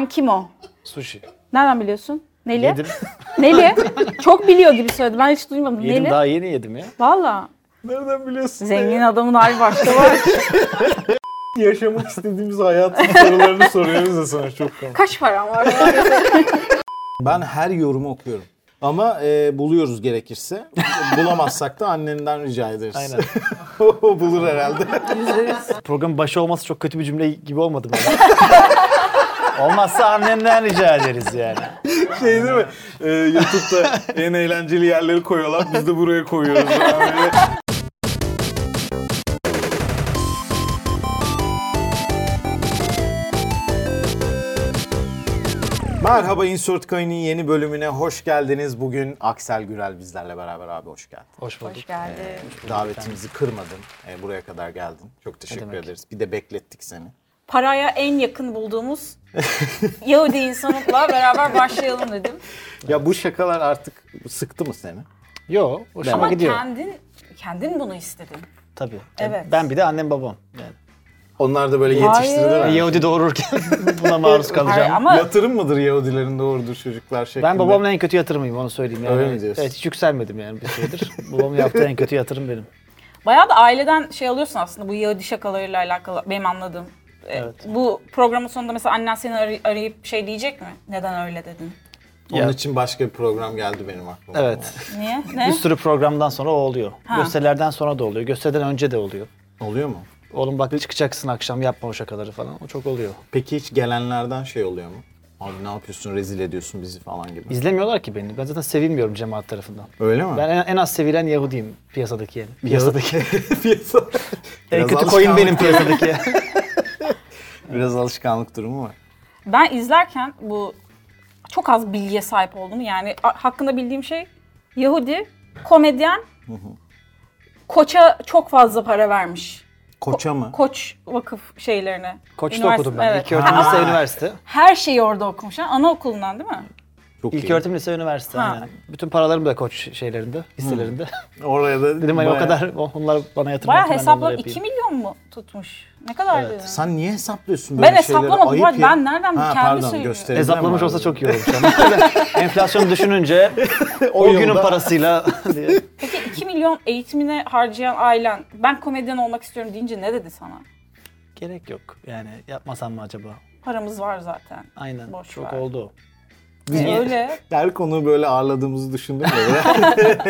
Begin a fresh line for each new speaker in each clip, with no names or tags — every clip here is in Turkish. Ankimo.
Sushi.
Nereden biliyorsun? Neli?
Yedim.
Neli? Çok biliyor gibi söyledi. Ben hiç duymadım.
Yedim
Neli?
daha yeni yedim ya.
Valla.
Nereden biliyorsun?
Zengin adamın hali başka var.
Yaşamak istediğimiz hayatın sorularını soruyoruz da sana çok komik.
Kaç param var?
Ben her yorumu okuyorum. Ama e, buluyoruz gerekirse. Bulamazsak da annenden rica ederiz.
Aynen.
O bulur herhalde.
Programın başı olması çok kötü bir cümle gibi olmadı mı? Olmazsa annemden rica ederiz yani.
Şey değil mi? E, YouTube'da en eğlenceli yerleri koyuyorlar. Biz de buraya koyuyoruz. falan böyle. Merhaba Insert Coin'in yeni bölümüne hoş geldiniz. Bugün Aksel Gürel bizlerle beraber abi hoş geldin.
Hoş bulduk.
Hoş geldin.
Davetimizi kırmadın. Ee, buraya kadar geldin. Çok teşekkür ederiz. Bir de beklettik seni.
Paraya en yakın bulduğumuz Yahudi insanlıkla beraber başlayalım dedim.
Ya bu şakalar artık sıktı mı seni?
Yo, hoşuma
Ama
gidiyor.
kendin kendin bunu istedin.
Tabii.
Evet.
Ben bir de annem babam. Yani.
Onlar da böyle
Hayır.
yetiştirdiler. ha.
Yahudi doğururken buna maruz
Hayır,
kalacağım.
ama
Yatırım mıdır Yahudilerin doğurduğu çocuklar şeklinde?
Ben babamın en kötü yatırımıyım onu söyleyeyim. Yani.
Öyle mi diyorsun?
Evet hiç yükselmedim yani bir süredir. babamın yaptığı en kötü yatırım benim.
bayağı da aileden şey alıyorsun aslında bu Yahudi şakalarıyla alakalı benim anladığım. E,
Evet.
Bu programın sonunda mesela annen seni aray- arayıp şey diyecek mi? Neden öyle dedin?
Onun
Ya.
için başka bir program geldi benim aklıma.
Evet.
Niye?
bir
Ne?
sürü programdan sonra o oluyor.
Ha.
Gösterilerden sonra da oluyor. Gösteriden önce de oluyor.
Oluyor mu?
Oğlum bak çıkacaksın akşam yapma o şakaları falan. O çok oluyor.
Peki hiç gelenlerden şey oluyor mu? Abi ne yapıyorsun rezil ediyorsun bizi falan gibi.
İzlemiyorlar ki beni. Ben zaten sevilmiyorum cemaat tarafından.
Öyle mi?
Ben en, en az sevilen Yahudiyim piyasadaki yani. Piyasadaki.
Piyasa.
en
Biraz
kötü
alışkanlık-
koyun benim piyasadaki.
Biraz alışkanlık durumu var.
Ben izlerken bu çok az bilgiye sahip oldum. Yani a- hakkında bildiğim şey Yahudi, komedyen, koça çok fazla para vermiş.
Koça mı?
Koç vakıf şeylerine.
Koç'ta
Üniversite-
okudum ben.
Evet.
İlk öğretim
Ha,
lise üniversite.
Her şeyi orada okumuş. Ha? Anaokulundan değil mi?
Çok
İlk
iyi.
öğretim lise üniversite.
Ha.
aynen. Bütün paralarım da koç şeylerinde, hisselerinde.
Oraya da
Dedim hani o
bayağı-
kadar o- onlar bana yatırım
Bayağı
yaptı, ben de
hesapla
onları
2
yapayım.
milyon mu tutmuş? Ne kadar
Evet.
dedin?
Sen niye hesaplıyorsun böyle
Ben
şeyleri?
hesaplamadım
Ayıp
Murat,
ya.
ben nereden
ha,
kendi
pardon,
söylüyorum.
gösterebilir
şey- Hesaplamış
miyim
olsa
abi?
çok iyi olurmuş ama. Enflasyonu düşününce o,
yılda-
günün parasıyla diye.
Peki 2 milyon eğitimine harcayan ailen ben komedyen olmak istiyorum deyince ne dedi sana?
Gerek yok yani yapmasam mı acaba?
Paramız var zaten.
Aynen
Boş
çok
ver.
oldu. o.
E, öyle.
Her konuyu böyle ağırladığımızı düşündüm de.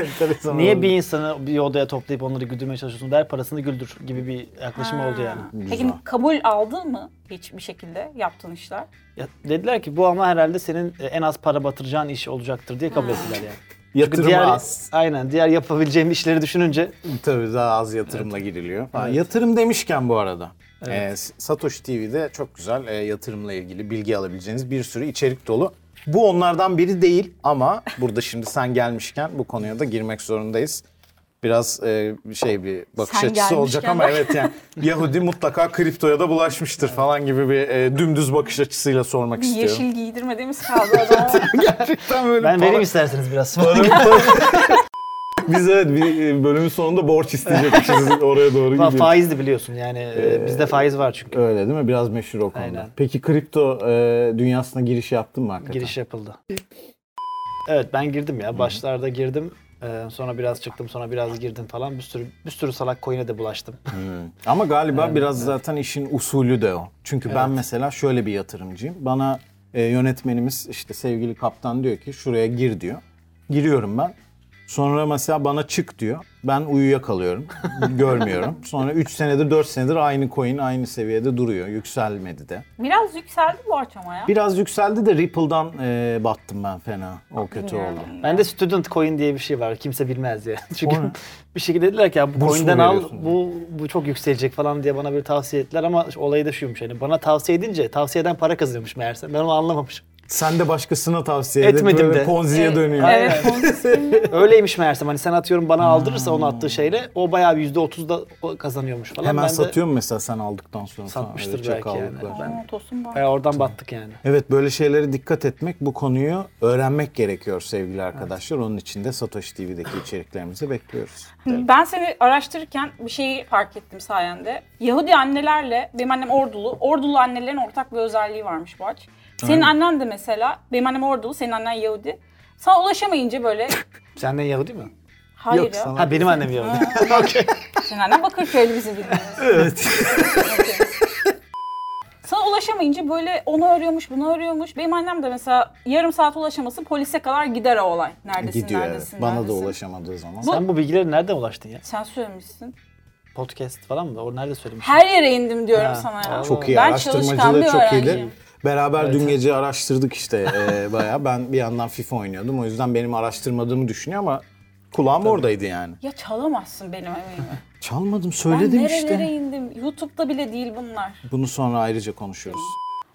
Enteresan
Niye
oldu.
bir insanı bir odaya toplayıp onları güldürmeye çalışıyorsun? Ver parasını güldür gibi bir yaklaşım oldu yani.
Ha. Peki kabul aldın mı hiç bir şekilde yaptığın işler?
Ya dediler ki bu ama herhalde senin e, en az para batıracağın iş olacaktır diye kabul ettiler yani. Çünkü
Yatırım
diğer,
az.
Aynen diğer yapabileceğim işleri düşününce
Tabii daha az yatırımla giriliyor. Ha, Yatırım demişken bu arada.
Evet.
e, Satoshi TV'de çok güzel e, yatırımla ilgili bilgi alabileceğiniz bir sürü içerik dolu. Bu onlardan biri değil ama burada şimdi sen gelmişken bu konuya da girmek zorundayız. Biraz e, şey bir bakış
Sen
açısı olacak
gelmişken
ama
bak.
evet yani Yahudi mutlaka kriptoya da bulaşmıştır falan gibi bir e, dümdüz bakış açısıyla sormak
Bir
istiyorum.
yeşil giydirmediğimiz kaldı o zaman.
Gerçekten böyle
ben
para-
vereyim isterseniz biraz.
Biz evet bir e, bölümün sonunda borç isteyecekmişiz oraya doğru
Ama
gidiyoruz.
faizdi biliyorsun yani e, bizde faiz var çünkü.
Öyle değil mi? Biraz meşhur o konuda.
Aynen.
Peki kripto e, dünyasına giriş yaptın mı hakikaten?
Giriş yapıldı. Evet ben girdim ya. Başlarda girdim. e, sonra biraz çıktım, sonra biraz girdim falan. Bir sürü bir sürü salak coin'e de bulaştım.
Ama galiba biraz zaten işin usulü de o. Çünkü ben mesela şöyle bir yatırımcıyım. Bana e, yönetmenimiz işte sevgili kaptan diyor ki şuraya gir diyor. Giriyorum ben. Sonra mesela bana çık diyor. Ben uyuyakalıyorum. görmüyorum. Sonra 3 senedir 4 senedir aynı coin aynı seviyede duruyor. Yükselmedi de.
Biraz yükseldi bu borç ama ya.
Biraz yükseldi de Ripple'dan e, battım ben fena. O kötü oldu.
Ben de student coin diye bir şey var. Kimse bilmez ya. Çünkü
O ne?
bir şekilde dediler ki ya bu
Burs mu
coin'den al
veriyorsun?"
bu bu çok yükselecek falan diye bana bir tavsiye ettiler ama olayı da şuymuş yani bana tavsiye edince tavsiyeden para kazanıyormuş meğerse. Ben onu anlamamışım.
Sen de başkasına tavsiye edip
Etmedim
böyle
de.
Ponzi'ye dönüyor.
Evet.
Öyleymiş meğerse hani sen atıyorum
Hmm.
bana aldırırsa onu attığı şeyle o bayağı bir %30'da o kazanıyormuş falan.
Hemen
ben de
satıyor mu mesela sen aldıktan sonra? falan?
satmıştır
Öyle
belki yani.
çakallıklar.
Ben-
Aa, Tosun bak.
bayağı oradan battık yani.
Evet böyle şeylere dikkat etmek, bu konuyu öğrenmek gerekiyor sevgili arkadaşlar. Onun için de Satoshi TV'deki içeriklerimizi bekliyoruz.
Ben seni araştırırken bir şeyi fark ettim sayende. Yahudi annelerle, benim annem Ordulu, Ordulu annelerin ortak bir özelliği varmış Boğaç. Senin annen de mesela, benim annem Ordulu, senin annen Yahudi. Sana ulaşamayınca böyle,
Senden Yahudi mi?
hayır
Yok
ya.
sana. Ha benim annem Yahudi. Okey.
Senin annen Bakırköy'lü bizi bildiğimiz.
Evet.
Okey. Sana ulaşamayınca böyle onu arıyormuş, bunu arıyormuş. Benim annem de mesela yarım saat ulaşaması polise kadar gider o olay. Neredesin,
Gidiyor evet.
neredesin,
Bana da
neredesin?
ulaşamadığı zaman.
Sen bu bilgileri nereden ulaştın ya?
Sen söylemişsin.
Podcast falan mı? O nerede söylemiş?
Her yere indim diyorum
Ha,
sana. ya.
vallahi.
Çok iyi
Ben çalışkan bir
araştırmacılığı çok iyidir.
öğrenciyim.
Beraber dün gece araştırdık işte e, bayağı. Ben bir yandan FIFA oynuyordum. O yüzden benim araştırmadığımı düşünüyor ama kulağım oradaydı yani.
Ya çalamazsın benim emeğimi.
Çalmadım
ben
söyledim
nerelere
işte.
indim. YouTube'da bile değil bunlar.
Bunu sonra ayrıca konuşuyoruz.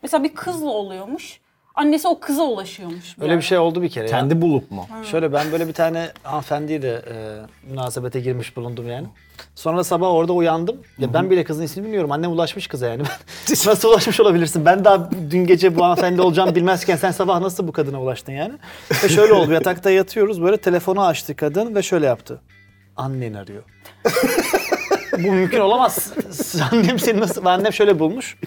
Mesela bir kızla oluyormuş. Annesi o kıza ulaşıyormuş.
Öyle bir şey oldu bir kere ya.
Kendi bulup mu?
Şöyle ben böyle bir tane hanımefendiyle e, münasebete girmiş bulundum yani. Sonra sabah orada uyandım. Ya ben bile kızın ismini bilmiyorum. Annem ulaşmış kıza yani. nasıl ulaşmış olabilirsin? Ben daha dün gece bu hanımefendi olacağımı bilmezken sen sabah nasıl bu kadına ulaştın yani? Ve şöyle oldu. Yatakta yatıyoruz. Böyle telefonu açtı kadın ve şöyle yaptı. Annen arıyor. bu mümkün olamaz. Annem seni nasıl... Annem şöyle bulmuş.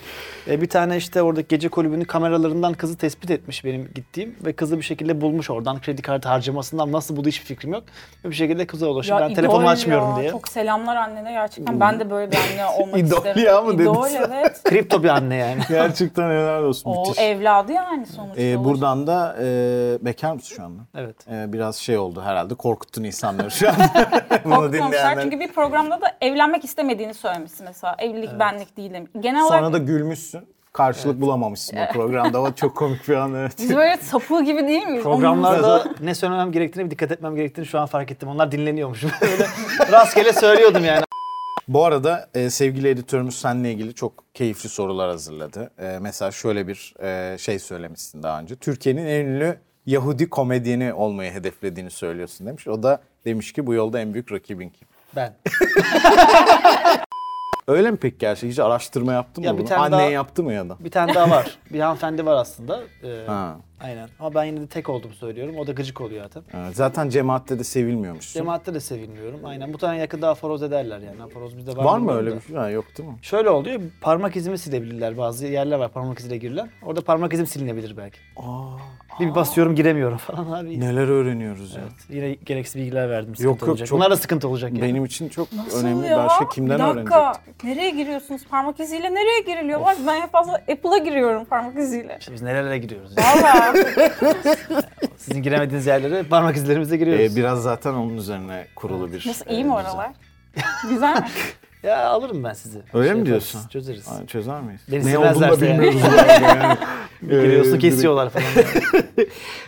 E, bir tane işte oradaki gece kulübünün kameralarından kızı tespit etmiş benim gittiğim. Ve kızı bir şekilde bulmuş oradan. Kredi kartı harcamalarından nasıl buldu hiçbir fikrim yok. Ve bir şekilde kıza ulaşıyor. ben
idol
telefonu
ya.
açmıyorum diye.
Çok selamlar annene gerçekten. Ben de böyle bir anne olmak
İdol
isterim.
ya mı dedin
İdol
sen?
evet.
Kripto bir anne yani.
Gerçekten helal olsun.
O evladı yani sonuçta.
Ee,
Ulaş-
buradan da e, bekar mısın şu anda?
Evet.
Ee, biraz şey oldu herhalde korkuttun insanları şu an. Bunu
Korkmamışlar
dinleyenler.
çünkü bir programda da evlenmek istemediğini söylemişsin mesela. Evlilik benlik değilim. Genel
Sonra
olarak
da gülmüşsün. Karşılık bulamamışsın o programda. O çok komik bir an evet.
biz böyle sapığı gibi değil miyiz?
Programlarda ne söylemem gerektiğini, dikkat etmem gerektiğini şu an fark ettim. Onlar dinleniyormuş. Böyle rastgele söylüyordum yani.
Bu arada e, sevgili editörümüz seninle ilgili çok keyifli sorular hazırladı. E, mesela şöyle bir e, şey söylemişsin daha önce. Türkiye'nin en ünlü Yahudi komedyeni olmayı hedeflediğini söylüyorsun demiş. O da demiş ki bu yolda en büyük rakibin kim?
Ben.
Öyle mi peki gerçekten? Hiç araştırma yaptın mı
Ya bir
bunu?
tane
Annen
daha-
yaptı mı ya da?
Bir tane daha var. Bir hanımefendi var aslında. Ee,
Ha.
Aynen. Ama ben yine de tek olduğumu söylüyorum. O da gıcık oluyor zaten.
Evet, Zaten cemaatte de sevilmiyormuşsun.
Cemaatte de sevilmiyorum. Aynen. Bu tane yakında aforoz ederler yani. Aforoz bizde var
Var mı
bilmiyorum
öyle
da.
bir şey? Ha, yok değil mi?
Şöyle oluyor. Parmak izimi silebilirler. Bazı yerler var parmak izine girilen. Orada parmak izim silinebilir belki. Bir, bir basıyorum giremiyorum falan abi.
Neler öğreniyoruz ya.
Yine gereksiz bilgiler verdim. Sıkıntı
Yok, yok,
olacak.
çok-
Bunlar da sıkıntı olacak yani.
Benim için çok
Nasıl
önemli.
ya?
Başka kimden
Bir dakika.
öğrenecektim?
Nereye giriyorsunuz? Parmak iziyle nereye giriliyor? Var ben en fazla Apple'a giriyorum parmak iziyle.
İşte biz nerelere giriyoruz?
Şey-
Valla.
Sizin giremediğiniz yerlere parmak izlerimize giriyoruz.
Ee, biraz zaten onun üzerine kurulu bir...
Nasıl
e,
iyi mi
düzen.
oralar? Güzel mi?
Ya alırım ben sizi. Şey
Öyle mi
yaparız,
diyorsun?
Çözeriz.
Ay, çözer miyiz?
Beni
ne olduğunu da
silmezlerse yani.
bilmiyoruz. yani.
Bir giriyorsun
Ee,
kesiyorlar falan.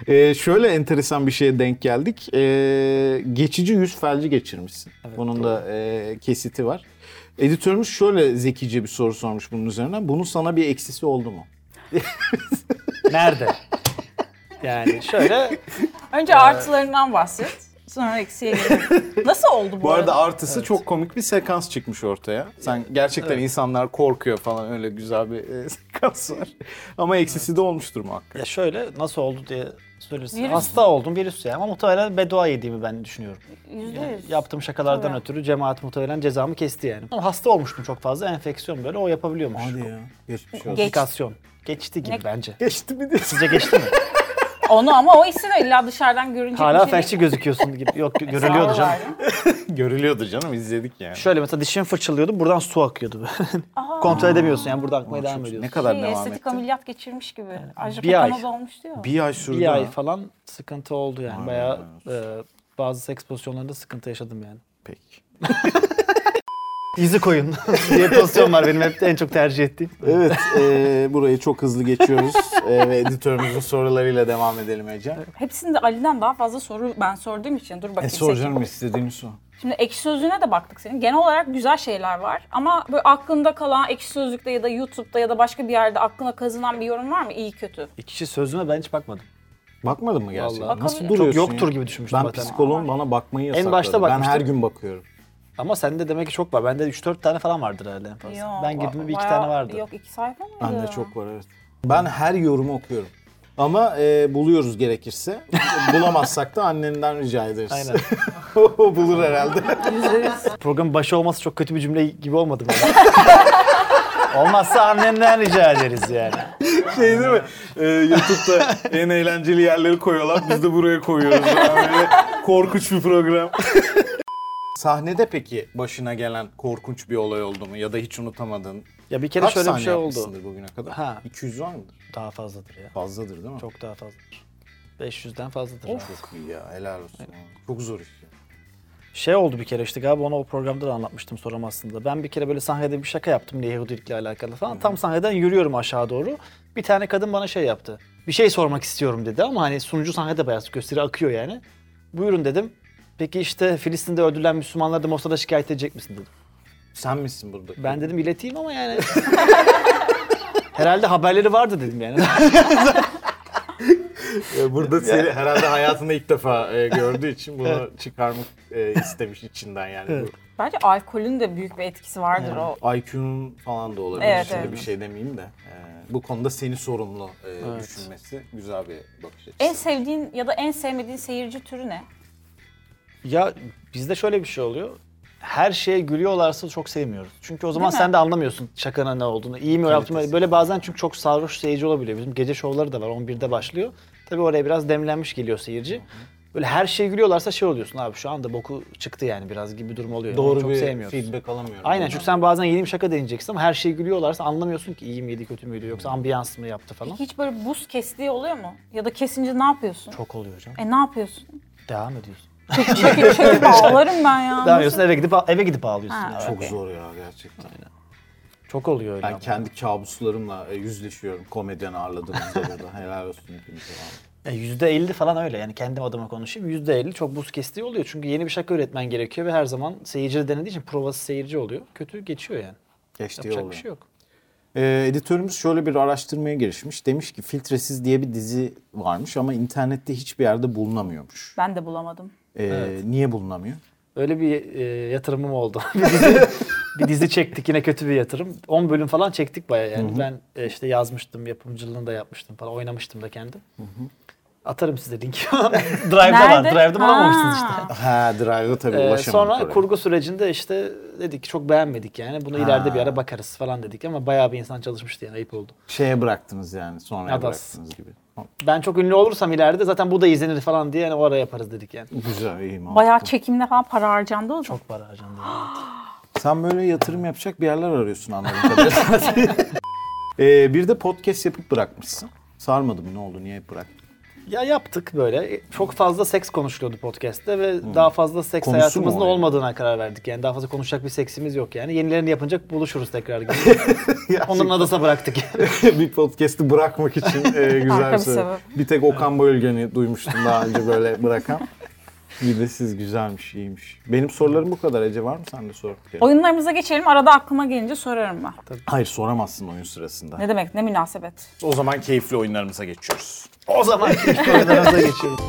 Ee, şöyle enteresan bir şeye denk geldik. Ee, geçici yüz felci geçirmişsin. Bunun da e, kesiti var. Editörümüz şöyle zekice bir soru sormuş bunun üzerine. Bunun sana bir eksisi oldu mu?
Nerede? Yani şöyle
Önce artılarından bahset. Sonra eksiye girelim. Nasıl oldu bu,
Bu arada artısı çok komik bir sekans çıkmış ortaya. Sen gerçekten insanlar korkuyor falan öyle güzel bir e, sekans var. Ama eksisi de olmuştur muhakkak.
ya şöyle nasıl oldu diye söylersin.
Virüs.
Hasta oldum virüs ya ama muhtemelen bedua yediğimi ben düşünüyorum.
Yüzde
Yani
yüz.
yaptığım şakalardan
Tabii.
ötürü cemaat muhtemelen cezamı kesti yani. Ama hasta olmuştum çok fazla enfeksiyon böyle o yapabiliyormuş.
ya. Geçmiş olsun.
Geç.
Komplikasyon. Geçti gibi
Ne-
bence.
Geçti mi diyorsun?
Sizce geçti mi?
Onu ama o hissini illa dışarıdan görünce
Hala
bir şey
felçli gözüküyorsun gibi. Yok gö- görülüyordu canım.
Görülüyordu canım izledik yani.
Şöyle mesela dişim fırçalıyordu buradan su akıyordu. böyle. Kontrol edemiyorsun yani buradan akmaya devam
Çok-
ediyorsun.
ne kadar
Şey,
devam
estetik
etti?
ameliyat geçirmiş gibi. Ajda
bir ay.
Pekkan'a da olmuştu ya.
Bir ay sürdü.
bir ay
ha.
falan sıkıntı oldu yani.
Vay
Bayağı
vay
e, bazı seks pozisyonlarında sıkıntı yaşadım yani.
Peki.
Yüzü koyun diye pozisyon var benim hep en çok tercih ettiğim.
Evet, e, burayı çok hızlı geçiyoruz E, ve editörümüzün sorularıyla devam edelim Ece.
Hepsini de Ali'den daha fazla soru ben sorduğum için. Dur bakayım.
E,
seçeyim.
sor canım istediğini sor.
Şimdi ekşi sözlüğüne de baktık senin. Genel olarak güzel şeyler var. Ama böyle aklında kalan ekşi sözlükte ya da YouTube'da ya da başka bir yerde aklına kazınan bir yorum var mı? İyi kötü.
İki kişi sözüme ben hiç bakmadım.
Bakmadın mı gerçekten?
Vallahi.
Nasıl
Çok
duruyorsun
Çok yoktur
ya?
gibi düşünmüştüm
Ben
zaten.
psikoloğum bana bakmayı yasakladı.
başta
ben her
bakmıştım.
gün bakıyorum.
Ama sende demek ki çok var. Bende 3-4 tane falan vardır herhalde en fazla.
Yok,
ben girdiğimde bir iki
bayağı-
tane vardı.
Yok iki sayfa mıydı?
Bende çok var evet. Ben her yorumu okuyorum. Ama e, buluyoruz gerekirse. Bulamazsak da annenden rica ederiz.
Aynen.
O Bulur herhalde.
Programın başı olması çok kötü bir cümle gibi olmadı mı? Olmazsa annenden rica ederiz yani.
şey değil mi? Ee, YouTube'da en eğlenceli yerleri koyuyorlar. Biz de buraya koyuyoruz. Böyle korkunç bir program. Sahnede peki başına gelen korkunç bir olay oldu mu? Ya da hiç unutamadın?
Ya bir kere
Kaç
şöyle bir
sahne
şey oldu.
yapmışsındır bugüne kadar?
Ha.
200 var mıdır?
Daha fazladır ya.
Fazladır değil mi?
Çok daha fazladır. 500'den fazladır. abi.
Çok iyi ya helal olsun. Çok zor iş. ya.
Şey oldu bir kere işte galiba onu o programda da anlatmıştım sorum aslında. Ben bir kere böyle sahnede bir şaka yaptım ne Yahudilikle alakalı falan. Tam sahneden yürüyorum aşağı doğru. Bir tane kadın bana şey yaptı. Bir şey sormak istiyorum dedi ama hani sunucu sahnede bayağı gösteri akıyor yani. Buyurun dedim. Peki işte Filistin'de öldürülen Müslümanları da Mossad'a şikayet edecek misin dedim.
Sen misin burada?
Ben dedim ileteyim ama yani. Herhalde haberleri vardı dedim yani.
Ee, Burada seni herhalde hayatında ilk defa e, gördüğü için bunu çıkarmak e, istemiş içinden yani. Bu
Bence alkolün de büyük bir etkisi vardır o.
IQ'nun falan da olabilir.
Evet,
Şimdi
evet.
bir şey demeyeyim de. e, bu konuda seni sorumlu e, düşünmesi güzel bir bakış açısı.
En sevdiğin ya da en sevmediğin seyirci türü ne?
Ya bizde şöyle bir şey oluyor. Her şeye gülüyorlarsa çok sevmiyoruz. Çünkü o zaman
mi?
sen de anlamıyorsun şakana ne olduğunu. İyi mi yaptım böyle bazen çünkü çok sarhoş seyirci olabiliyor. Bizim gece şovları da var 11'de başlıyor. Tabii oraya biraz demlenmiş geliyor seyirci. Böyle her şeye gülüyorlarsa şey oluyorsun abi şu anda boku çıktı yani biraz gibi bir durum oluyor. Onu
Doğru
çok
bir
sevmiyoruz.
feedback alamıyorum.
Aynen
Bundan.
çünkü sen bazen yeni bir şaka deneyeceksin ama her şeye gülüyorlarsa anlamıyorsun ki iyi miydi kötü müydü yoksa ambiyans mı yaptı falan.
Hiç böyle buz kestiği oluyor mu? Ya da kesince ne yapıyorsun?
Çok oluyor canım.
E ne yapıyorsun?
Devam ediyorsun.
Çekip çekip ağlarım ben ya.
Devam ediyorsun eve gidip eve gidip ağlıyorsun.
Ha.
Evet.
Çok zor ya gerçekten.
Çok oluyor öyle.
Ben
ama.
kendi kabuslarımla e, yüzleşiyorum komedyen ağırladığımızda burada. Helal olsun hepinize. vallahi.
Ya %50 E, falan öyle yani kendim adıma konuşayım. %50 çok buz kestiği oluyor. Çünkü yeni bir şaka üretmen gerekiyor ve her zaman seyirci de denediği için provası seyirci oluyor. Kötü geçiyor yani.
Geçtiği
Yapacak
oluyor.
bir şey yok.
Ee, editörümüz şöyle bir araştırmaya girişmiş. Demiş ki Filtresiz diye bir dizi varmış ama internette hiçbir yerde bulunamıyormuş.
Ben de bulamadım.
Ee, Niye bulunamıyor?
Öyle bir e, yatırımım oldu. bir, dizi, bir dizi çektik yine kötü bir yatırım. 10 bölüm falan çektik bayağı yani. Ben e, işte yazmıştım, yapımcılığını da yapmıştım falan. Oynamıştım da kendim. Atarım size linki. Drive'da var.
Nerede?
Drive'da
Ha.
bulamamışsınız işte.
Ha Drive'da tabii
Ee,
ulaşamadık
sonra
oraya.
kurgu sürecinde işte dedik ki çok beğenmedik yani. Bunu ileride bir ara bakarız falan dedik ama bayağı bir insan çalışmıştı yani ayıp oldu.
Şeye bıraktınız yani sonraya
Adas.
bıraktınız gibi. Ha,
Ben çok ünlü olursam ileride zaten bu da izlenir falan diye yani o ara yaparız dedik yani.
Güzel iyi mantıklı.
Bayağı çekimde falan para harcandı o zaman.
Çok para harcandı.
Sen böyle yatırım yapacak bir yerler arıyorsun anladığım kadarıyla. Ee, bir de podcast yapıp bırakmışsın. Sarmadı mı ne oldu niye bıraktın?
ya yaptık böyle. Çok fazla seks konuşuluyordu podcast'te ve daha fazla seks
Konusu mu
hayatımızın
o yani?
olmadığına karar verdik. Yani daha fazla konuşacak bir seksimiz yok yani. Yenilerini yapınca buluşuruz tekrar gibi. Onların adasa bıraktık yani.
bir podcast'i bırakmak için e, güzel
Harika
bir
bir
sebep.
sebep.
Bir tek Okan Bayülgen'i duymuştum daha önce böyle bırakan. Bir de siz güzelmiş, iyiymiş. Benim sorularım bu kadar. Ece var mı sende soru?
Oyunlarımıza geçelim. Arada aklıma gelince sorarım ben.
Hayır soramazsın oyun sırasında.
Ne demek? Ne münasebet.
O zaman keyifli oyunlarımıza geçiyoruz.
o zaman oyunlarımıza geçiyoruz.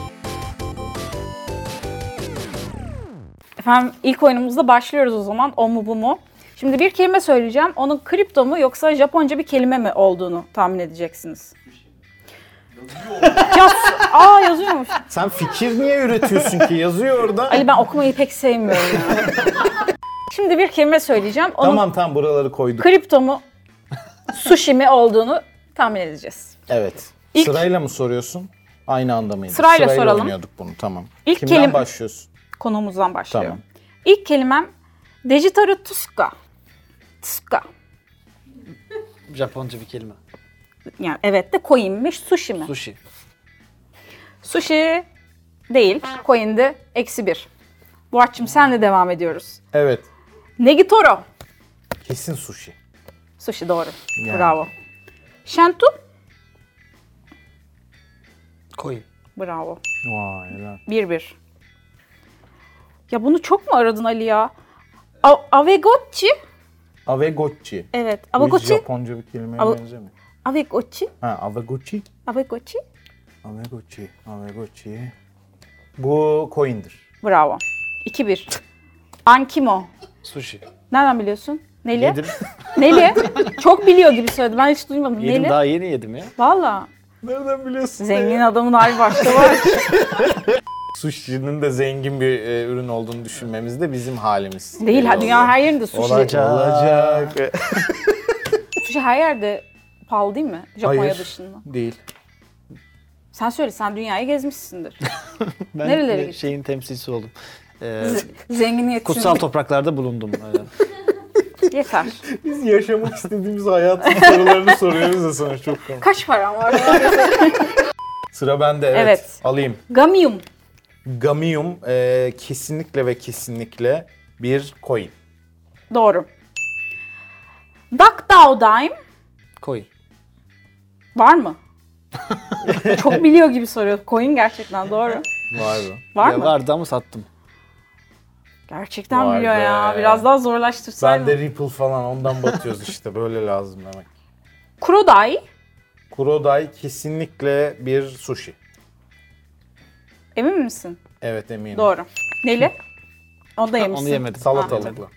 Efendim ilk oyunumuzda başlıyoruz o zaman. O mu bu mu? Şimdi bir kelime söyleyeceğim. Onun kripto mu yoksa Japonca bir kelime mi olduğunu tahmin edeceksiniz. Yaz, aa yazıyormuş.
Sen fikir niye üretiyorsun ki? Yazıyor orada.
Ali ben okumayı pek sevmiyorum. yani. Şimdi bir kelime söyleyeceğim. Onun
Tamam tamam buraları koyduk.
kripto mu sushi mi olduğunu tahmin edeceğiz.
Evet.
İlk-
Sırayla mı soruyorsun? Aynı anda mıydı?
Sırayla soralım.
oynuyorduk bunu tamam.
İlk
Kimden
kelim-
başlıyorsun?
Konumuzdan başlıyorum.
Tamam.
İlk kelimem Dejitaru Tsuka. Tsuka.
Japonca bir kelime.
Yani evet de coin'miş. Sushi mi?
Sushi.
Sushi değil. Coin'de eksi bir. Burak'cığım senle devam ediyoruz.
Evet.
Negitoro.
Kesin sushi.
Sushi doğru.
Yani.
Bravo. Shentu.
Coin.
Bravo.
Vay helal.
1-1. Ya bunu çok mu aradın Ali ya? A- Avegochi.
Avegochi.
Evet.
Bu hiç
Avegochi.
Japonca bir kelimeye
Ave-
benzemiyor.
Avegochi.
Ha Avegochi.
Avegochi.
Avegochi. Avegochi. Bu coin'dir.
Bravo. 2-1. Ankimo.
Sushi.
Nereden biliyorsun? Neli?
Yedim.
Neli? Çok biliyor gibi söyledi. Ben hiç duymadım.
Yedim
Neli?
daha yeni yedim ya.
Valla.
Nereden biliyorsun?
Zengin adamın harbi başta var.
Sushi'nin de zengin bir e, ürün olduğunu düşünmemiz de bizim halimiz.
Değil. Dünyanın
Belli
şey.
oluyor.
her yerinde sushi.
Olacak.
Olacak.
Sushi her yerde Pahalı değil mi? Japonya
Hayır.
dışında.
Değil.
Sen söyle sen dünyayı gezmişsindir.
Ben
Nerelere
de
gittin?
şeyin temsilcisi oldum. Ee,
Z- Zenginiyet
kutsal topraklarda bulundum. Ee,
Yeter.
Biz yaşamak istediğimiz hayatın sorularını soruyoruz da sana çok komik.
Kaç param var?
Sıra bende evet.
Evet.
Alayım.
Gamium.
Gamium e, kesinlikle ve kesinlikle bir coin.
Doğru. Duckdowdime
Coin.
var mı? Çok biliyor gibi soruyor. Coin gerçekten doğru.
Var mı?
Var
Ya
mı?
vardı ama sattım.
Gerçekten
Vay
biliyor
be.
ya. Biraz daha
Ben
zorlaştırsaydın.
de Ripple falan ondan batıyoruz işte böyle lazım demek.
Kurodai.
Kurodai kesinlikle bir sushi.
Emin misin?
Evet eminim.
Doğru. Neli? Onu da yemişsin.
Onu yemedim.
Salatalıklı.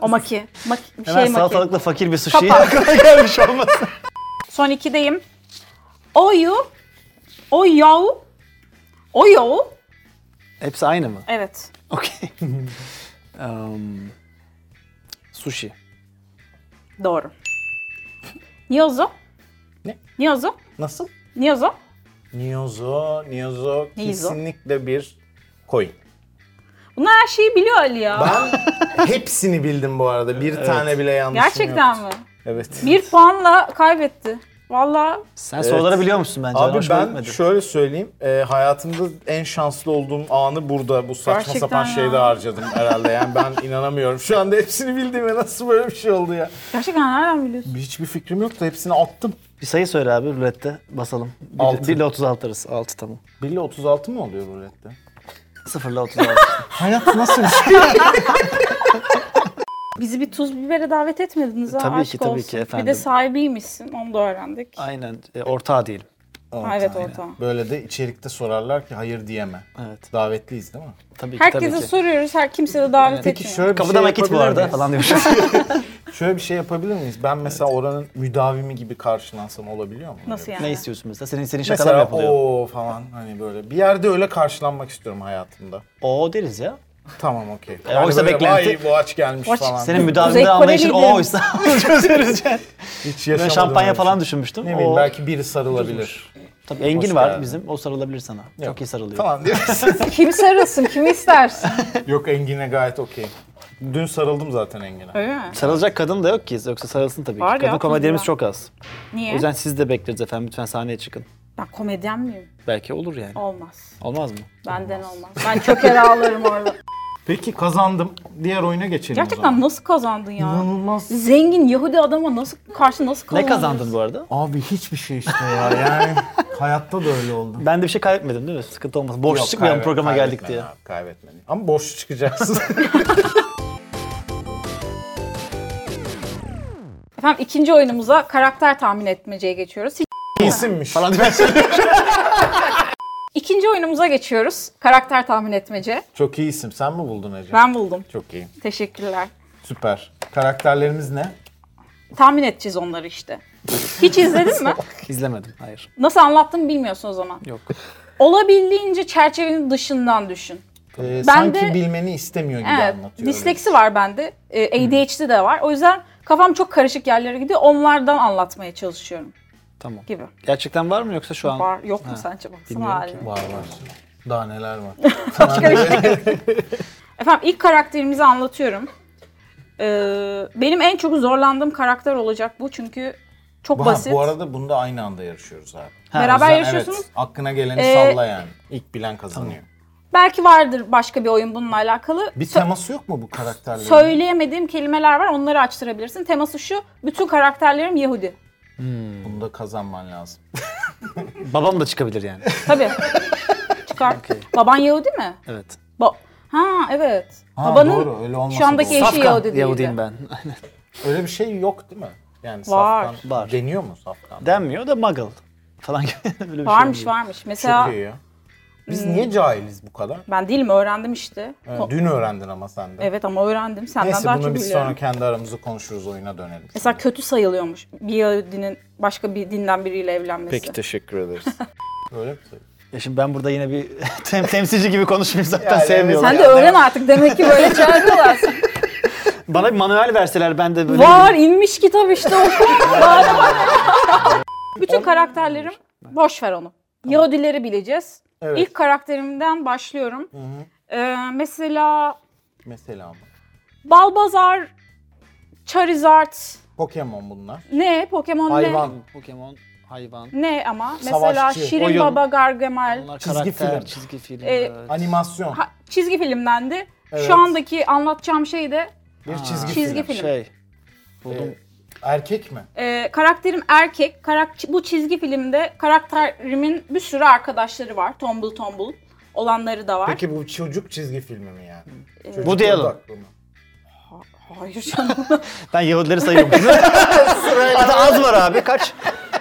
O maki. Maki- bir
Hemen
şey maki.
salatalıkla fakir bir sushi
Kapak.
aklına gelmiş olmasın.
Son ikideyim. Oyu. Oyau. Oyau.
Hepsi aynı mı?
Evet.
Okey.
Hmm.
um, sushi.
Doğru. Niozo.
Ne?
Niozo.
Nasıl?
Niozo.
Niozo, Niozo
Niozo.
kesinlikle bir coin.
Bunlar her şeyi biliyor Ali ya.
Ben hepsini bildim bu arada. Bir tane bile yanlışım
Gerçekten
yoktu.
mi?
Evet.
Bir puanla kaybetti. Valla
Sen soruları biliyor musun bence?
Abi
hoşuma
ben
gitmedi.
şöyle söyleyeyim. e, hayatımda en şanslı olduğum anı burada bu saçma
Gerçekten
sapan
ya.
şeyde harcadım herhalde. Yani ben inanamıyorum. Şu anda hepsini bildiğime nasıl böyle bir şey oldu ya?
gerçekten nereden biliyorsun?
Hiçbir fikrim yoktu. Hepsini attım.
Bir sayı söyle abi rulette basalım. 1
Altı.
ile 36 arası. 6 tamam.
1 ile 36 mı oluyor rulette?
0 ile 36.
Hayat nasıl bir şey?
Bizi bir tuz bibere davet etmediniz ha.
Tabii ki,
aşk
tabii
olsun.
ki
Bir de
efendim.
sahibiymişsin. Onu da öğrendik.
Aynen. E, ortağı değilim.
Ha, evet orta.
Böyle de içerikte sorarlar ki hayır diyeme.
Evet.
Davetliyiz değil mi?
Tabii ki
Herkese
tabii ki.
soruyoruz. Her kimse de davet etmiyor.
Peki şöyle bir
Kapıda
şey
nakit bu
yapabilir
arada
miyiz?
falan diyoruz.
Şöyle bir şey yapabilir miyiz? Ben mesela oranın müdavimi gibi karşılansam olabiliyor mu?
Nasıl yani?
ne istiyorsun mesela? Senin senin şakalar mı
Mesela
yapılıyor.
o falan hani böyle bir yerde öyle karşılanmak istiyorum hayatımda.
O deriz ya.
Tamam okey. Hani
E, oysa
böyle,
beklenti-
"Vay, bu aç gelmiş
Aç-
falan.
Senin
Kuzey
müdavimde
Koreli
anlayışın
değil mi?
o oysa çözeriz yani.
Hiç
Ben
yaşamadım öyle
şampanya
bir şey.
falan düşünmüştüm.
Ne bileyim
O-
belki biri sarılabilir.
Tabii Engin
Hoş
var
geldin.
bizim. O sarılabilir sana. Çok iyi sarılıyor.
Falan diyorsun.
Kimi sarılsın? Kimi istersin?
Yok Engin'e gayet okey. Dün sarıldım zaten Engin'e.
Öyle mi?
Sarılacak kadın da yok ki. Yoksa sarılsın tabii
Var
ki. Kadın
ya,
komedyenimiz
kızlar.
çok az. O
Niye?
yüzden siz de bekleriz efendim. Lütfen sahneye çıkın.
Ben komedyen miyim?
Belki olur yani.
Olmaz.
Olmaz mı?
Benden olmaz. Ben çöker ağlarım orada.
Peki kazandım. Diğer oyuna geçelim o
Gerçekten
zaman.
nasıl kazandın ya?
İnanılmaz.
Zengin Yahudi adama nasıl karşı nasıl
Ne
kazandın?
kazandın bu arada?
Abi hiçbir şey işte ya yani. hayatta da öyle oldu.
Ben de bir şey kaybetmedim değil mi? Sıkıntı olmasın. Boş
Yok,
çıkmayalım
kaybet-
programa geldik
kaybetme
diye.
Abi, kaybetme. Ama boş çıkacaksın.
Efendim ikinci oyunumuza karakter tahmin etmeceye geçiyoruz. Hiç-
İyisinmiş.
Falan diye.
İkinci oyunumuza geçiyoruz. Karakter tahmin etmece.
Çok iyi isim. Sen mi buldun Ece?
Ben buldum.
Çok iyi.
Teşekkürler.
Süper. Karakterlerimiz ne?
Tahmin edeceğiz onları işte. Hiç izledin mi?
İzlemedim. Hayır.
Nasıl anlattım bilmiyorsun o zaman.
Yok.
Olabildiğince çerçevenin dışından düşün.
Ee, sanki
de-
bilmeni istemiyor gibi
Evet.
anlatıyor.
Disleksi var bende. e, ADHD de var. O yüzden kafam çok karışık yerlere gidiyor. Onlardan anlatmaya çalışıyorum
Tamam.
gibi.
Gerçekten var mı yoksa şu an?
Var yok mu
Ha,
sence baksana
bilmiyorum ki.
haline.
Var var. Daha neler var.
Efendim ilk karakterimizi anlatıyorum. Ee, benim en çok zorlandığım karakter olacak bu çünkü çok
Bu,
basit.
bu arada bunda aynı anda yarışıyoruz abi.
Beraber
O yüzden
yarışıyorsunuz.
Evet, aklına geleni
Ee,
salla yani. İlk bilen kazanıyor.
Belki vardır başka bir oyun bununla alakalı.
Bir teması yok mu bu karakterlerin?
Söyleyemediğim kelimeler var onları açtırabilirsin. Teması şu bütün karakterlerim Yahudi.
Bunu da kazanman lazım.
Babam da çıkabilir yani.
Tabii. Çıkar. Baban Yahudi mi?
Evet.
Ba- ha evet.
Ha,
Babanın
doğru, öyle olmasa
şu andaki
doğru.
eşi
Safkan
Yahudi değildi.
Yahudiyim ben.
Öyle bir şey yok değil mi? Yani
Var.
saftan
Var.
deniyor mu saftan?
Denmiyor da muggle falan gibi. Öyle bir şey
Varmış
oluyor.
varmış. Mesela
Çok iyi ya. Biz niye cahiliz bu kadar?
ben değilim öğrendim işte.
Evet,
Ko-
Dün öğrendin ama sen de.
Evet ama öğrendim. Senden
Neyse
daha
bunu
çok
biz
biliyorum.
sonra kendi aramızda konuşuruz oyuna dönelim.
Mesela kötü sayılıyormuş bir Yahudinin başka bir dinden biriyle evlenmesi.
Peki teşekkür ederiz. Öyle mi?
Ya şimdi ben burada yine bir tem- temsilci gibi konuşmayayım zaten
Yani evet.
sevmiyorlar.
Sen de
Ya,
öğren artık demek ki böyle çağırıyorlar.
Bana bir manuel verseler ben de böyle...
Var inmiş kitap işte oku. Var. Bütün karakterlerim boş ver onu. Yahudileri bileceğiz.
Evet.
İlk karakterimden başlıyorum. Ee, mesela
Mesela ama.
Balbazar, Charizard,
Pokemon bunlar.
ne Pokemon
Hayvan. Pokemon, hayvan.
ne? Ne ama? Mesela
Savaşçı,
Şirin
oyun.
Baba Gargamel.
Onlar
Çizgi
karakter,
film.
çizgi film.
Ee,
evet.
Animasyon.
Ha, çizgi filmdendi.
Evet.
Şu andaki anlatacağım şey de
bir çizgi,
çizgi
film.
film.
Şey. e, Buldum.
Erkek mi?
Ee, karakterim erkek. Karak bu çizgi filmde karakterimin bir sürü arkadaşları var. Tombul tombul olanları da var.
Peki bu çocuk çizgi filmi mi yani? Çocuk
Woody Allen.
odaklı mı?
Hayır canım.
Ben Yahudileri sayıyorum. Hatta az var abi. Kaç?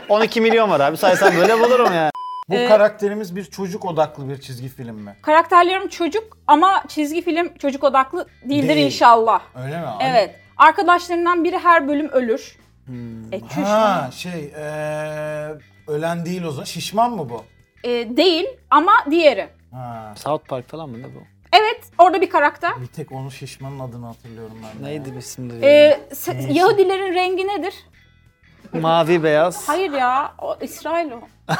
12 milyon var abi. Saysam böyle bulurum yani.
Bu
Ee,
karakterimiz bir çocuk odaklı bir çizgi film mi?
Karakterlerim çocuk ama çizgi film çocuk odaklı değildir
Değil.
inşallah.
Öyle mi?
Evet. Arkadaşlarından biri her bölüm ölür.
Hmm.
E, çüş.
Ha şey eee, ölen değil o zaman. Şişman mı bu?
E, değil ama diğeri.
Ha.
South Park falan mı ne bu?
Evet orada bir karakter.
Bir tek onun şişmanın adını hatırlıyorum ben. de.
Neydi isimleri?
Ee, se- Yahudilerin rengi nedir?
Mavi, beyaz.
Hayır ya, o İsrail o.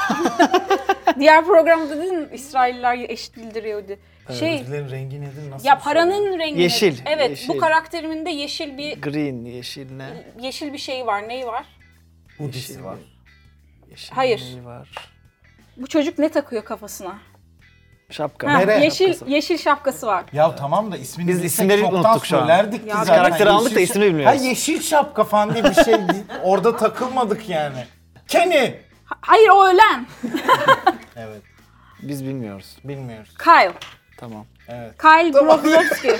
Diğer programda dedin mi, İsrailliler eşit değildir Yahudi. Şey,
Ödüllerin rengi nedir? Nasıl
ya
bir şey?
paranın rengi
Yeşil,
nedir? Evet,
yeşil.
bu karakterimin de yeşil bir
Green, yeşil ne?
yeşil bir şeyi var. Neyi var?
şey? Budisi var.
Yeşil
Hayır.
neyi var?
Bu çocuk ne takıyor kafasına?
Şapka.
Ha,
Bere
yeşil
şapkası.
yeşil şapkası var.
Ya tamam da ismini
Biz
bilsek
isimleri
çoktan
unuttuk şu an.
söylerdik ki
Ya biz
zaten.
karakteri aldık da
Yeşil şa-
ismini bilmiyoruz.
Ha yeşil şapka falan diye bir şey orada takılmadık yani. Kenny.
Ha- Hayır o ölen.
Evet
Biz bilmiyoruz.
bilmiyoruz.
Kyle.
Tamam.
Evet
Kyle Grobowski.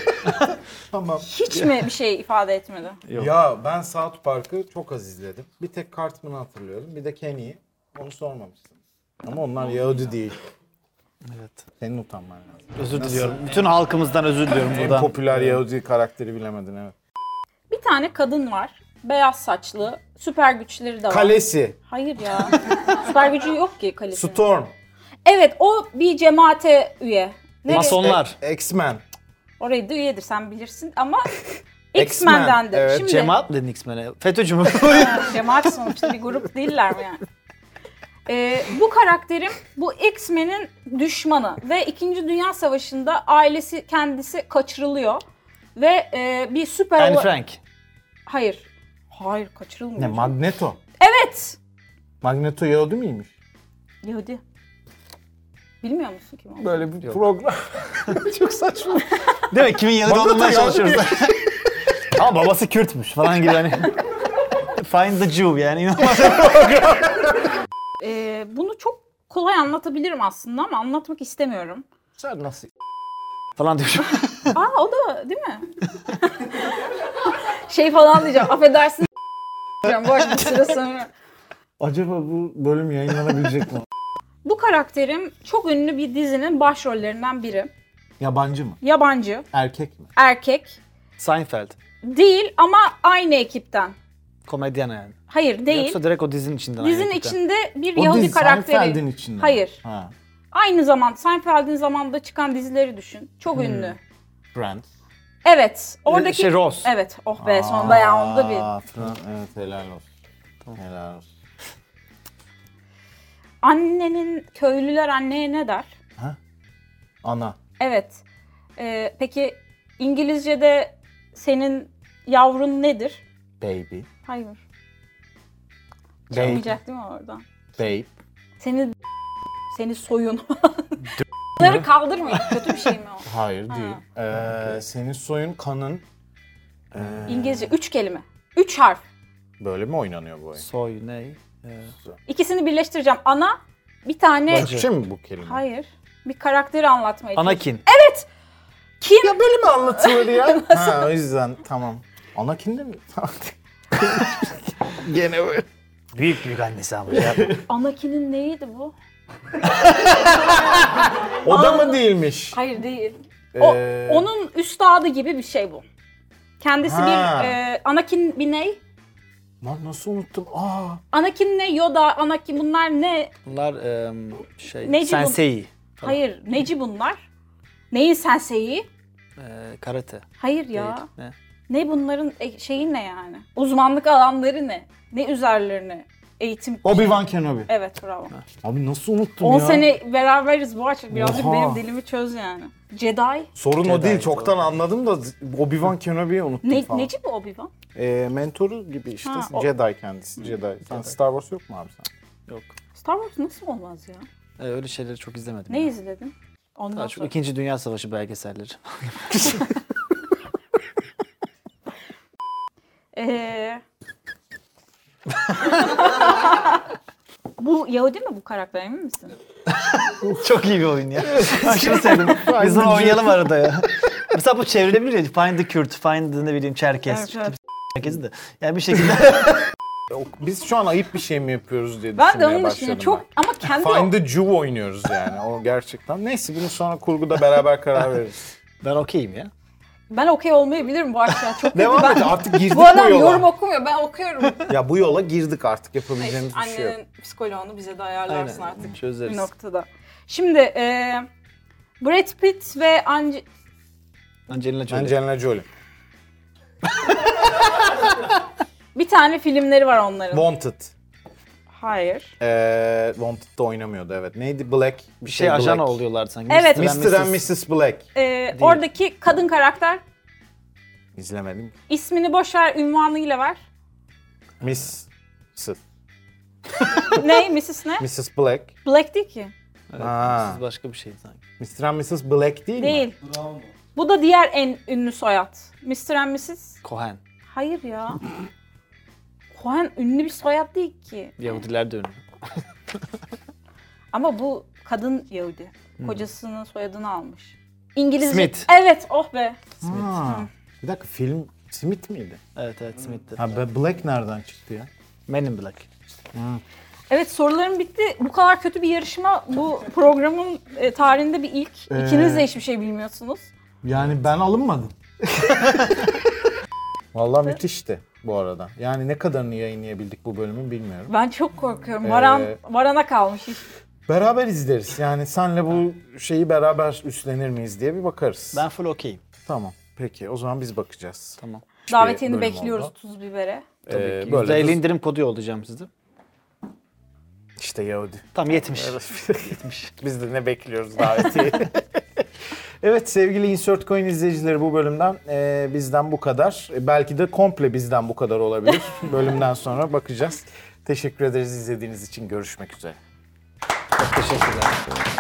tamam.
Hiç mi bir şey ifade etmedi?
Yok.
Ya ben South Park'ı çok az izledim. Bir tek Cartman'ı hatırlıyorum. Bir de Kenny'yi. Onu sormamıştım. Ama onlar Yahudi değil.
Evet.
Senin utanman lazım.
Özür diliyorum. Bütün halkımızdan özür diliyorum
En
buradan.
popüler Yahudi karakteri bilemedin evet.
Bir tane kadın var. Beyaz saçlı. Süper güçleri de var.
Kalesi.
Hayır ya. süper gücü yok ki kalesinin.
Storm.
Evet o bir cemaate üye. Ne?
Masonlar.
X-Men.
Orayı da üyedir sen bilirsin ama
X-Men,
X-Men'dendir.
evet.
Şimdi
Cemaat mı dedin X-Men'e? FETÖ'cü mü?
cemaat sonuçta bir grup değiller mi yani? Ee, bu karakterim bu X-Men'in düşmanı ve 2. Dünya Savaşı'nda ailesi kendisi kaçırılıyor ve e, bir süper...
Anne
ola-
Frank.
Hayır. Hayır kaçırılmıyor.
Ne Magneto.
evet.
Magneto Yahudi miymiş?
Yahudi. Bilmiyor musun kim olduğunu?
Böyle bir program. Çok saçma.
Değil mi? Kimin yanında
Magneto
olmaya
ya.
çalışıyoruz. Ama babası Kürtmüş falan gibi hani. Find the Jew yani inanılmaz.
Ee, bunu çok kolay anlatabilirim aslında ama anlatmak istemiyorum.
Sen nasıl?
falan diyor.
Aa o da değil mi? şey falan diyeceğim. Affedersin diyeceğim. Boş bir süre sonra.
Acaba bu bölüm yayınlanabilecek mi?
Bu karakterim çok ünlü bir dizinin başrollerinden biri.
Yabancı mı?
Yabancı,
Erkek mi?
erkek,
Seinfeld.
değil ama aynı ekipten.
Komedyen yani.
Hayır değil.
Yoksa direkt o dizinin içinden.
Dizinin
aynı ekipten.
içinde bir Yahudi
değil,
karakteri.
Seinfeld'in içinde. mi?
Hayır.
Ha.
Aynı zaman Seinfeld'in zamanında çıkan dizileri düşün. Çok ünlü.
Friends.
Evet. Oradaki
Şey Ross.
Evet. Oh be sonunda ya onu da bir.
Aa, Friends. Evet helal olsun. Helal olsun.
Annenin köylüler anneye ne der?
Ana.
Evet. Ee, peki İngilizce'de senin yavrun nedir?
Baby.
Hayır.
Babe.
Çıkmayacak değil mi oradan?
Babe.
Seni seni soyun. Bunları kaldırmayın. Kötü bir şey mi o?
Hayır değil. Ee, senin soyun kanın.
İngilizce üç kelime. Üç harf.
Böyle mi oynanıyor bu oyun?
Soy ne?
İkisini birleştireceğim. Ana bir tane...
Türkçe mi bu kelime?
Hayır. Bir karakteri anlatmaya çalışıyorum.
Anakin.
Kim?
Ya böyle mi anlatılır ya? ha o yüzden tamam. Anakin de mi? Tamam. Gene böyle.
Büyük büyük annesi ama.
Anakin'in neydi bu?
O da mı değilmiş?
Hayır değil. O,
Ee,
Onun üstadı gibi bir şey bu. Kendisi
Ha.
bir e, Anakin bir ney?
Lan nasıl unuttum? Aa.
Anakin ne? Yoda, Anakin bunlar ne?
Bunlar em, şey
Neci bu-
sensei.
Hayır, neci bunlar? Neyin senseyi?
Ee, karate.
Hayır ya.
Değil. Ne?
Ne bunların e, şeyi ne yani? Uzmanlık alanları ne? Ne üzerlerine? Eğitim.
Obi-Wan Kenobi.
Evet bravo.
Abi nasıl unuttun
10
ya?
sene beraberiz bu açık. Birazcık
Oha.
benim dilimi çöz yani. Jedi.
Sorun
Jedi
o değil.
doğru.
Çoktan anladım da Obi-Wan Kenobi'yi unuttum
Ne,
falan.
neci bu Obi-Wan?
Ee, mentoru gibi işte.
Ha, o-
Jedi kendisi. Jedi. Sen Star Wars yok mu abi sen?
Yok.
Star Wars nasıl olmaz ya?
Ee, öyle şeyleri çok izlemedim.
Ne
ya.
izledin? Ondan
Daha çok
sonra.
İkinci Dünya Savaşı belgeselleri.
Ee... bu Yahudi mi bu karakter emin misin?
çok iyi bir oyun ya. Aşırı sevdim. Biz bunu oynayalım arada ya. Mesela bu çevrilebilir ya. Find the Kürt, find the ne bileyim Çerkes.
Evet, evet.
Çerkesi de. Yani bir şekilde
Biz şu an ayıp bir şey mi yapıyoruz diye
Ben de
düşünmeye
onun
başladım
için çok ama kendi
ben. Find the Jew oynuyoruz yani o gerçekten. Neyse bunu sonra kurguda beraber karar veririz.
ben okeyim ya.
ben okey olmayabilirim bu akşam. Çok
Devam
ben...
et artık girdik
Bu adam
bu yola.
yorum okumuyor. Ben okuyorum.
Ya bu yola girdik artık yapabileceğimiz bir şey yok.
Annenin psikoloğunu bize de ayarlarsın
Aynen,
artık.
çözeriz.
Bir noktada. Şimdi e, Brad Pitt ve Ange...
Angelina Jolie.
Angelina Jolie.
Bir tane filmleri var onların.
Wanted.
Hayır.
Ee, Wanted'da oynamıyordu evet. Neydi? Black.
Bir şey ajan oluyorlar sanki.
Evet.
Mr. and Mrs. Black.
E, oradaki kadın karakter
İzlemedim.
ismini boş ver ünvanıyla ver.
Miss. Sı-
ne? Mrs. ne?
Mrs. Black.
Black değil ki.
Ha.
Siz başka bir şey sanki.
Mr. and Mrs. Black değil, mi?
Değil. Bu da diğer en ünlü soyad. Mr. and Mrs.
Cohen.
Hayır ya. Cohen ünlü bir soyad değil ki.
Yahudiler de ünlü.
Ama bu kadın Yahudi.
Hmm.
Kocasının soyadını almış. İngilizce.
Smith.
Evet, oh be.
Ha. Bir dakika film Smith miydi?
Evet evet Smith'tir.
Ha be- Black nereden çıktı ya?
Men in Black.
Evet sorularım bitti. Bu kadar kötü bir yarışma bu programın e, tarihinde bir ilk.
Ee,
İkiniz de hiçbir şey bilmiyorsunuz.
Yani ben alınmadım. Vallahi müthişti bu arada. Yani ne kadarını yayınlayabildik bu bölümü bilmiyorum.
Ben çok korkuyorum. Varan
Ee,
varana kalmış iş.
Beraber izleriz. Yani senle bu şeyi beraber üstlenir miyiz diye bir bakarız.
Ben full okeyim.
Tamam. Peki o zaman biz bakacağız.
Tamam.
Davetiyeni
bölüm
bekliyoruz
oldu.
tuz bibere.
Tabii
Ee,
ki.
böyle
%50
de-
indirim kodu yollayacağım size.
İşte Yahudi.
Tam 70.
Biz de ne bekliyoruz davetiye. evet sevgili Insert Coin izleyicileri bu bölümden e, bizden bu kadar. E, belki de komple bizden bu kadar olabilir. Bölümden sonra bakacağız. Teşekkür ederiz izlediğiniz için. Görüşmek üzere.
Çok teşekkürler.